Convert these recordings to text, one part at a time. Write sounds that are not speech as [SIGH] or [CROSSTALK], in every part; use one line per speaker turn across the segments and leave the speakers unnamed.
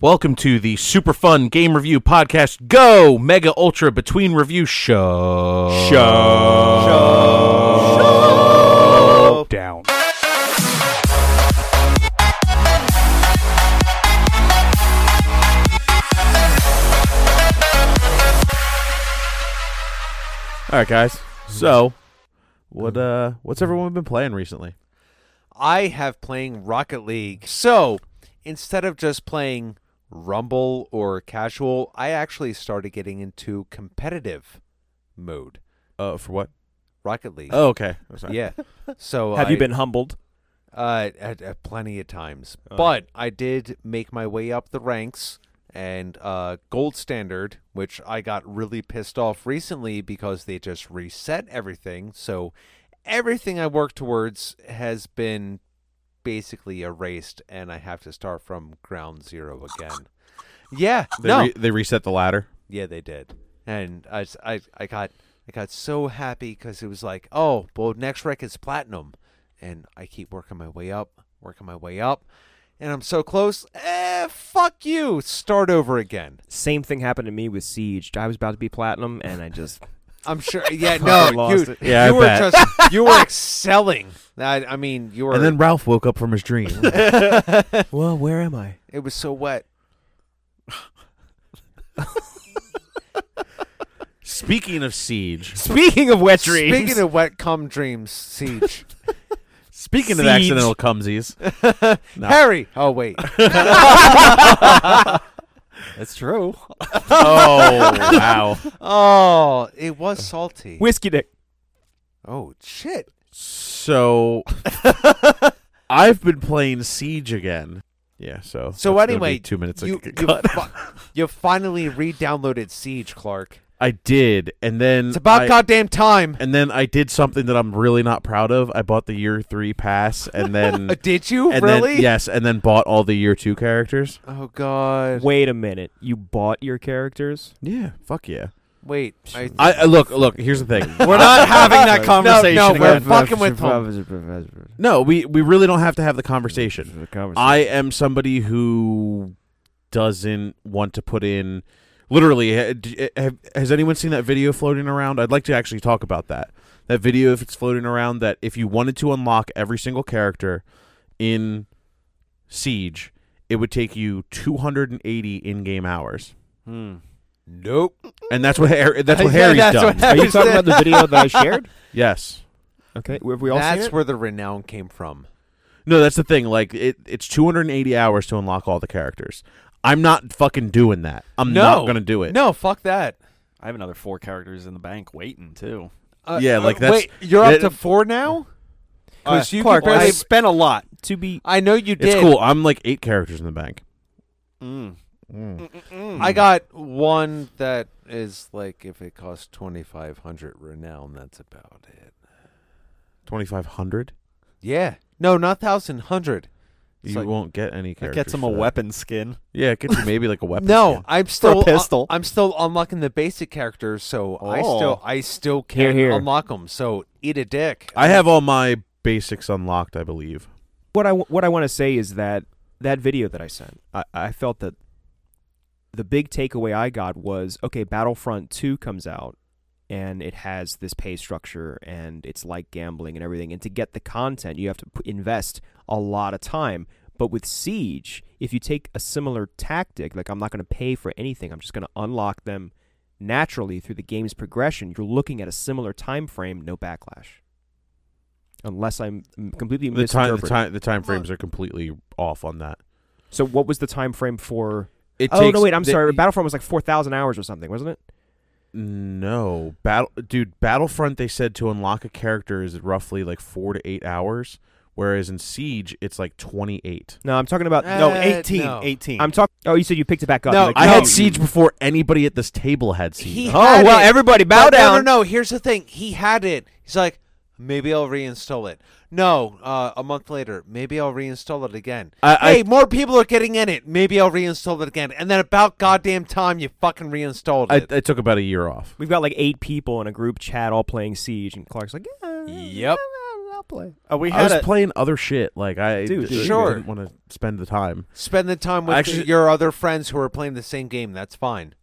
Welcome to the super fun game review podcast. Go mega ultra between review show.
Show.
down.
All right, guys. So, what uh, what's everyone been playing recently?
I have playing Rocket League. So instead of just playing Rumble or casual, I actually started getting into competitive mode.
Uh, for what?
Rocket League.
Oh, okay. I'm sorry.
yeah. So
Have you
I-
been humbled?
Uh, at, at plenty of times,
Oh.
but I did make my way up the ranks and uh, gold standard, which I got really pissed off recently because they just reset everything. So everything I worked towards has been basically erased, and I have to start from ground zero again. Yeah,
They,
no,
re- they reset the ladder.
yeah, they did, and I, s- I, I got, I got so happy because it was like, oh, well, next rec is platinum, and I keep working my way up, working my way up, and I'm so close. Eh, fuck you, start over again.
Same thing happened to me with Siege. I was about to be platinum, and I just
[LAUGHS] I'm
[LAUGHS]
sure. Yeah, no,
Fucking lost
you,
it.
Yeah,
you
I
were
bet.
just, you
[LAUGHS]
were excelling. I, I mean, you were.
And then Ralph woke up from his [LAUGHS] dream.
well, where am I?
it was so wet.
Speaking of siege,
[LAUGHS] Speaking of wet dreams,
Speaking of wet cum dreams,
[LAUGHS]
siege.
speaking of
Siege.
accidental cumsies, No.
Harry. Oh wait.
that's true.
[LAUGHS] oh wow,
Oh, it
Uh,
was salty.
Whiskey dick.
oh shit.
[LAUGHS] so I've been playing siege again. Yeah, so
So
that's gonna be
anyway,
two minutes.
you,
of
you,
cut.
fi- you finally re-downloaded Siege, Clark.
I did, and then
It's about
Mm, I-
goddamn time.
and then I did something that I'm really not proud of. I bought the year three pass, and then [LAUGHS]
Uh, did you
Mm. and
really?
then yes, and then bought all the year two characters.
Oh god. Wait,
Wait a minute. You bought your characters?
Yeah, fuck yeah.
I,
I, I look, look. Here's the thing. [LAUGHS]
We're not having that
No,
conversation no, we're again. fucking with
No, we we really don't have to have the conversation. I am somebody who doesn't want to put in. Literally, ha- d- eh, have, has anyone seen that video floating around? I'd like to actually talk about that. That video, if it's floating around, that if you wanted to unlock every single character in Siege, it would take you 280 in-game hours,
nope.
and that's what Har- that's what
[LAUGHS] Yeah,
Harry's
that's
done.
what
Are you talking about the
[LAUGHS]
video that I shared?
yes.
Okay, have we all seen
That's
it?
where the renown came from.
No, that's the thing. Like it, it's 280 hours to unlock all the characters. I'm not fucking doing that. I'm
No.
not gonna do it.
No, fuck that.
I have another four characters in the bank waiting too.
Uh,
Yeah,
uh,
like, that's-
Wait, you're up
that-
to four now. Uh,
Because you
Clark,
could barely
I-
spent a lot to be.
I know you did.
it's cool. I'm like eight characters in the bank.
Mm.
I got one that is like if it costs twenty five hundred renown, that's about it.
2,500.
Yeah. No, not thousand hundred. It's
You
like-
won't get any
That
characters.
gets him
for
a
that.
uh,
weapon skin.
Yeah, it gets you maybe
[LAUGHS]
like a weapon.
No,
skin.
I'm still
pistol.
I'm still unlocking the basic characters, so I still
Oh.
I still
Here,
can't
here.
unlock them. So eat a dick.
I have all my basics unlocked. I believe.
What I w- what I want to say is that that video that I sent, I, I felt that the big takeaway I got was okay. Battlefront Two comes out, and it has this pay structure, and it's like gambling and everything. And to get the content, you have to p- invest a lot of time. But with Siege, if you take a similar tactic, like I'm not going to pay for anything, I'm just going to unlock them naturally through the game's progression. You're looking at a similar time frame, no backlash, unless I'm mm, completely
The time, the
misinterpreting.
time, the time frames are completely off on that.
So what was the time frame for?
It
oh
takes-
no, wait, I'm
the-
sorry. Battlefront was like four thousand hours or something, wasn't it?
No, battle, dude. Battlefront. They said to unlock a character is roughly like four to eight hours, whereas in Siege it's like twenty-eight.
No, I'm talking about.
Uh,
no, 18,
no.
18.
I'm talking. Oh, you said you picked it back up.
No,
Like,
I
No,
had
you-
Siege before anybody at this table had Siege.
He
Oh
had
well,
it.
everybody bow
No,
down.
No, no, no. Here's the thing. He had it. He's like, maybe I'll reinstall it. No, uh, a month later, maybe I'll reinstall it again.
I-
hey, more people are getting in it. Maybe I'll reinstall it again. And then about goddamn time, you fucking reinstalled
I,
it.
I took about a year off.
We've got like eight people in a group chat all playing Siege, and Clark's like, yeah,
Yep.
I'll, I'll play.
Uh, we
I
had
was
a,
playing other shit. Like I
Dude,
d-
dude.
Sure.
didn't want to spend the time.
Spend the time with
Actually-
your other friends who are playing the same game. That's fine.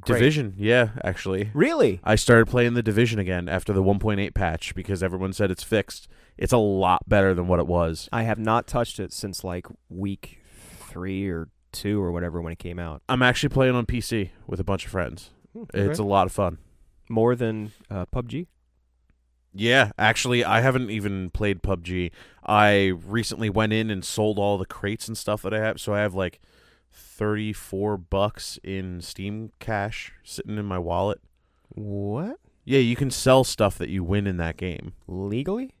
Great.
Division, yeah, actually.
Really?
I started playing the division again after the 1.8 patch because everyone said it's fixed. It's a lot better than what it was.
I have not touched it since like week three or two or whatever when it came out. Hmm,
I'm actually playing on PC with a bunch of friends. It's a lot of fun.
More than uh, PUBG.
Yeah, actually, I haven't even played PUBG. I recently went in and sold all the crates and stuff that I have, so I have like 34 bucks in Steam cash sitting in my wallet.
What?
Yeah, you can sell stuff that you win in that game
Legally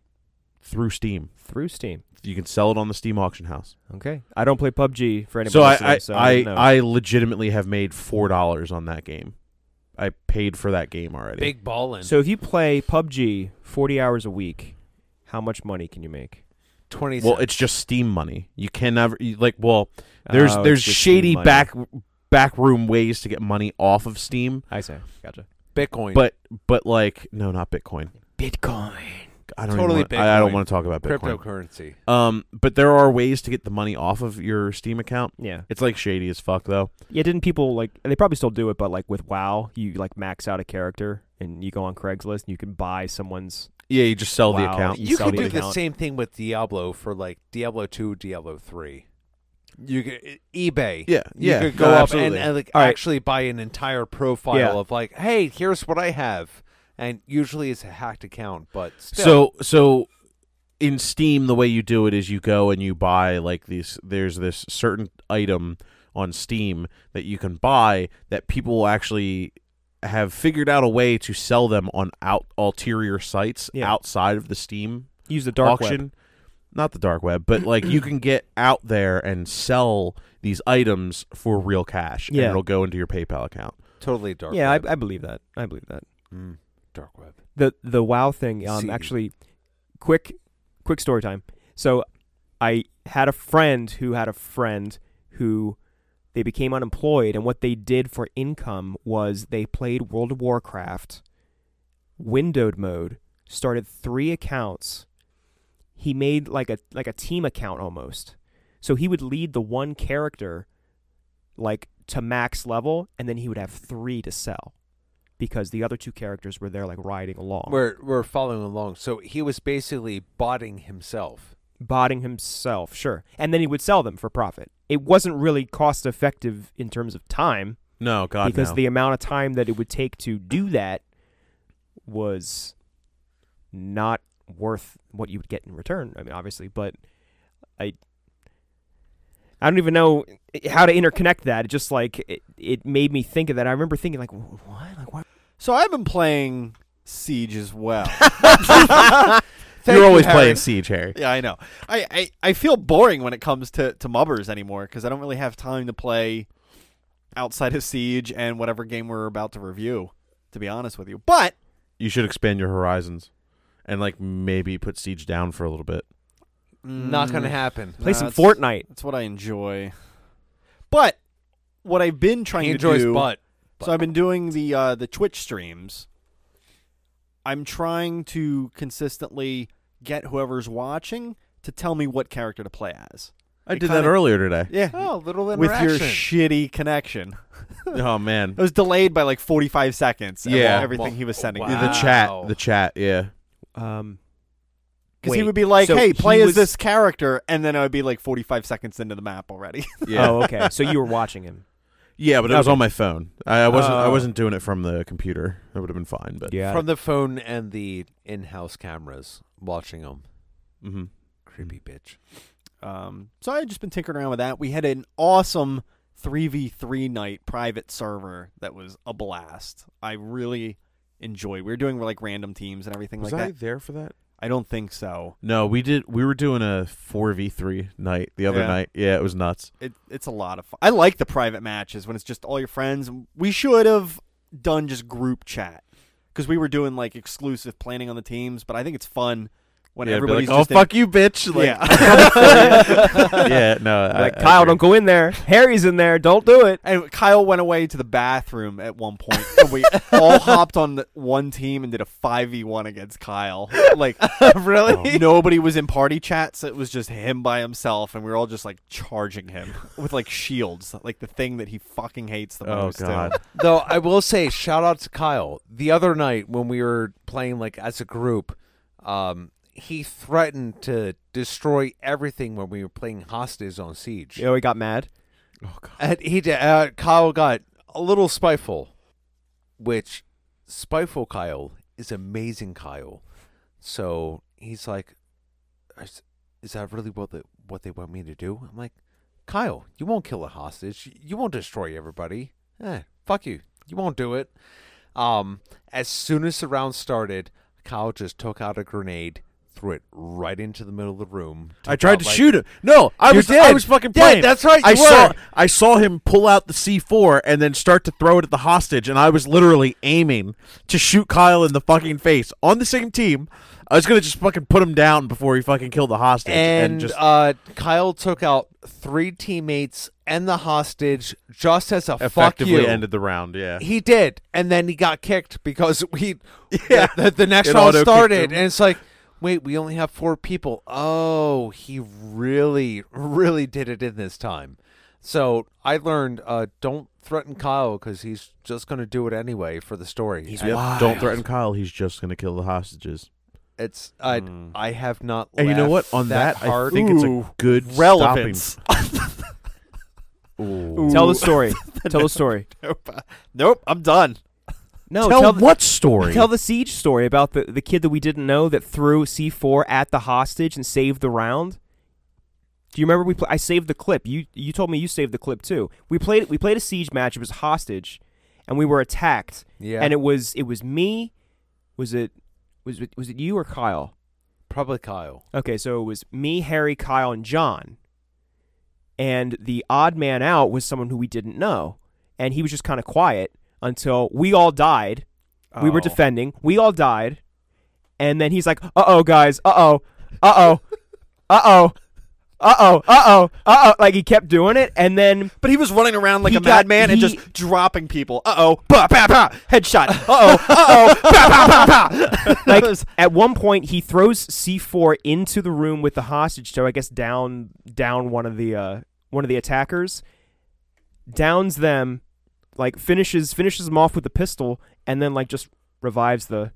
through Steam.
through Steam.
You can sell it on the Steam auction house.
Okay. I don't play PUBG for anybody.
So I,
listening,
I,
so
I,
don't know.
I legitimately have made four dollars on that game. I paid for that game already.
Big ballin'.
So if you play PUBG 40 hours a week, how much money can you make?
twenty.
well,
cents.
it's just Steam money. You can never you, like. Well, there's
Oh, it's
there's
just
shady
Steam money.
back backroom ways to get money off of Steam,
I say. Gotcha.
Bitcoin.
but but like no, not Bitcoin.
Bitcoin.
I don't even
Totally
wanna- I, I don't
Bitcoin.
want to talk about Bitcoin.
cryptocurrency.
Um, but there are ways to get the money off of your Steam account.
Yeah.
It's like shady as fuck though.
Yeah, didn't people like they probably still do it, but like with WoW, you like max out a character and you go on Craigslist and you can buy someone's
Yeah, you just sell the
Wow.
account.
You
You
sell
can
the
do the
account.
same thing with Diablo for like Diablo two, Diablo three. You could e, eBay.
Yeah, yeah.
You could go
no,
up and,
absolutely.
and, like
All right.
actually buy an entire profile
Yeah.
of like, hey, here's what I have, and usually it's a hacked account, but still.
So so in Steam the way you do it is you go and you buy like these there's this certain item on Steam that you can buy that people will actually have figured out a way to sell them on out ulterior sites
Yeah.
outside of the Steam
use the dark web.
auction. Not the dark web, but like you can get out there and sell these items for real cash
Yeah.
and it'll go into your PayPal account.
totally dark.
Yeah, I,
web.
I believe that. I believe that.
Mm, dark web.
the the wow thing um
See.
actually quick quick story time so i had a friend who had a friend who they became unemployed and what they did for income was they played world of warcraft windowed mode started three accounts he made like a like a team account almost so he would lead the one character like to max level and then he would have three to sell because the other two characters were there like riding along
We're we're following along. So he was basically botting himself.
botting himself, sure. And then he would sell them for profit. It wasn't really cost effective in terms of time
No, God
because
no.
the amount of time that it would take to do that was not worth what you would get in return. I mean, obviously, but I I don't even know how to interconnect that. It just like it, it made me think of that. I remember thinking like, "Wh- what? Like what?
so I've been playing Siege
[LAUGHS]
as well.
Thank
You're always
Harry.
playing Siege, Harry.
Yeah, I know. I, I, I feel boring when it comes to, to mubbers anymore because I don't really have time to play outside of Siege and whatever game we're about to review, to be honest with you. But
you should expand your horizons and like maybe put siege down for a little bit
Not gonna happen.
Play some
that's-
Fortnite."
mm, That's what I enjoy. But what I've been trying
He
to
enjoys
do.
butt.
So I've been doing the uh, the Twitch streams. I'm trying to consistently get whoever's watching to tell me what character to play as.
i
It
did that
kinda-
earlier today
[LAUGHS] Yeah,
[LAUGHS] Oh, little
with
interaction.
your shitty connection.
oh man
It was delayed by like 45 seconds. of
Yeah.
everything
Well,
he was sending.
wow.
me.
Yeah, the
Wow.
chat the chat yeah
Um
Because he
wait,
would be like,
so
"Hey,
he
play as
was-
this character," and then I would be like 45 seconds into the map already. [LAUGHS]
yeah
Oh, okay. So you were watching him.
yeah but it was on my phone i, I wasn't i
Oh.
wasn't doing it from the computer that would have been fine but
Yeah.
from the phone and the in-house cameras watching them.
hmm
Creepy bitch.
Um, so I had just been tinkering around with that. We had an awesome 3v3 night private server that was a blast. I really enjoyed. We were doing like random teams and everything like that.
there for that
I don't think so.
no we did we were doing a 4v3 night the other
Yeah.
night yeah it was nuts
It, it's a lot of fun. I like the private matches when it's just all your friends. We should have done just group chat because we were doing like exclusive planning on the teams, but I think it's fun when
Yeah, be
everybody's
like, oh
just [LAUGHS] in-
fuck you, bitch. Like,
yeah.
yeah, no. I-
Like
I
Kyle,
agree.
don't go in there. Harry's in there. Don't do it.
[LAUGHS] And Kyle went away to the bathroom at one point, and
[LAUGHS]
we all hopped on the one team and did a five v one against Kyle.
[LAUGHS]
Like, really? [LAUGHS] Nobody was in party chats. it was just him by himself, and we were all just like charging him [LAUGHS] with like shields, like the thing that he fucking hates the
Oh
most. too. [LAUGHS]
god.
Though I will say, shout out to Kyle. The other night when we were playing like as a group, um, he threatened to destroy everything when we were playing hostages on siege.
You know, Oh, he got mad.
And he did, uh, Kyle got a little spiteful, which spiteful Kyle is amazing Kyle. So he's like, is, is that really what the, what they want me to do? I'm like, Kyle, you won't kill a hostage. You won't destroy everybody. Eh, fuck you. You won't do it. Um, as soon as the round started, Kyle just took out a grenade, threw it right into the middle of the room.
I tried to
Like-
shoot him. No, I
You
was I
did.
was fucking
Yeah,
playing.
that's right,
I
[LAUGHS] you
saw
were.
I saw him pull out the C4 and then start to throw it at the hostage, and I was literally aiming to shoot Kyle in the fucking face on the same team. I was gonna just fucking put him down before he fucking killed the hostage, and,
and
just
uh, Kyle took out three teammates and the hostage just as a fuck you.
effectively ended the round. Yeah,
he did, and then he got kicked because [LAUGHS] we
[LAUGHS] Yeah.
the, the next
It
round
auto-kicked
started,
him.
and it's like, wait, we only have four people. Oh, he really, really did it in this time. So I learned, uh, don't threaten Kyle because he's just gonna do it anyway for the story.
He's
And
wild.
don't threaten Kyle. He's just gonna kill the hostages.
It's I, I have not.
Hmm. And you know what?
laughed
On that, I
hard.
think it's a good
relevance. [LAUGHS]
stopping.
Tell the story. tell the
[LAUGHS]
story.
Nope, I'm done.
No,
tell,
tell the,
what story?
Tell the siege story about the, the kid that we didn't know that threw C4 at the hostage and saved the round. Do you remember we? Pl- I saved the clip. You you told me you saved the clip too. We played we played a siege match. It was hostage, and we were attacked.
Yeah.
And it was it was me. Was it was it, was it you or Kyle?
probably Kyle.
Okay, so it was me, Harry, Kyle, and John. And the odd man out was someone who we didn't know, and he was just kind of quiet until we all died. We were
Oh.
defending. We all died. And then he's like, uh oh, guys, uh oh, uh oh, uh oh, uh oh, uh oh, uh oh. Like he kept doing it. And then
But he was running around like
He
a
got-
madman and
he-
just dropping people. Uh oh, bah, bah, bah, headshot. Uh oh, uh oh,
like at one point he throws C4 into the room with the hostage, so I guess down down one of the uh, one of the attackers, downs them, like finishes finishes them off with the pistol, and then like just revives the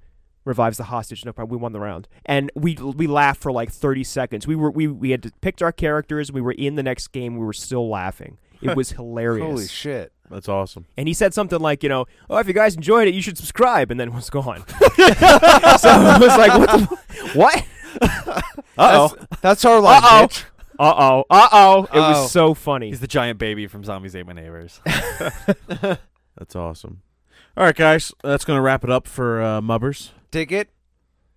revives the hostage. No problem, we won the round, and we we laughed for like thirty seconds. We were we we had picked our characters. We were in the next game. We were still laughing. It was hilarious.
Holy shit!
That's awesome.
And he said something like, you know, oh, if you guys enjoyed it, you should subscribe, and then was gone. so I was like, what? The, what?
Uh oh, that's our line.
Uh-oh.
bitch.
Uh oh, uh oh! It
Oh.
was so funny.
He's the giant baby from Zombies Ate My Neighbors.
That's awesome. All right, guys, that's going to wrap it up for uh, Mubbers.
Dig it.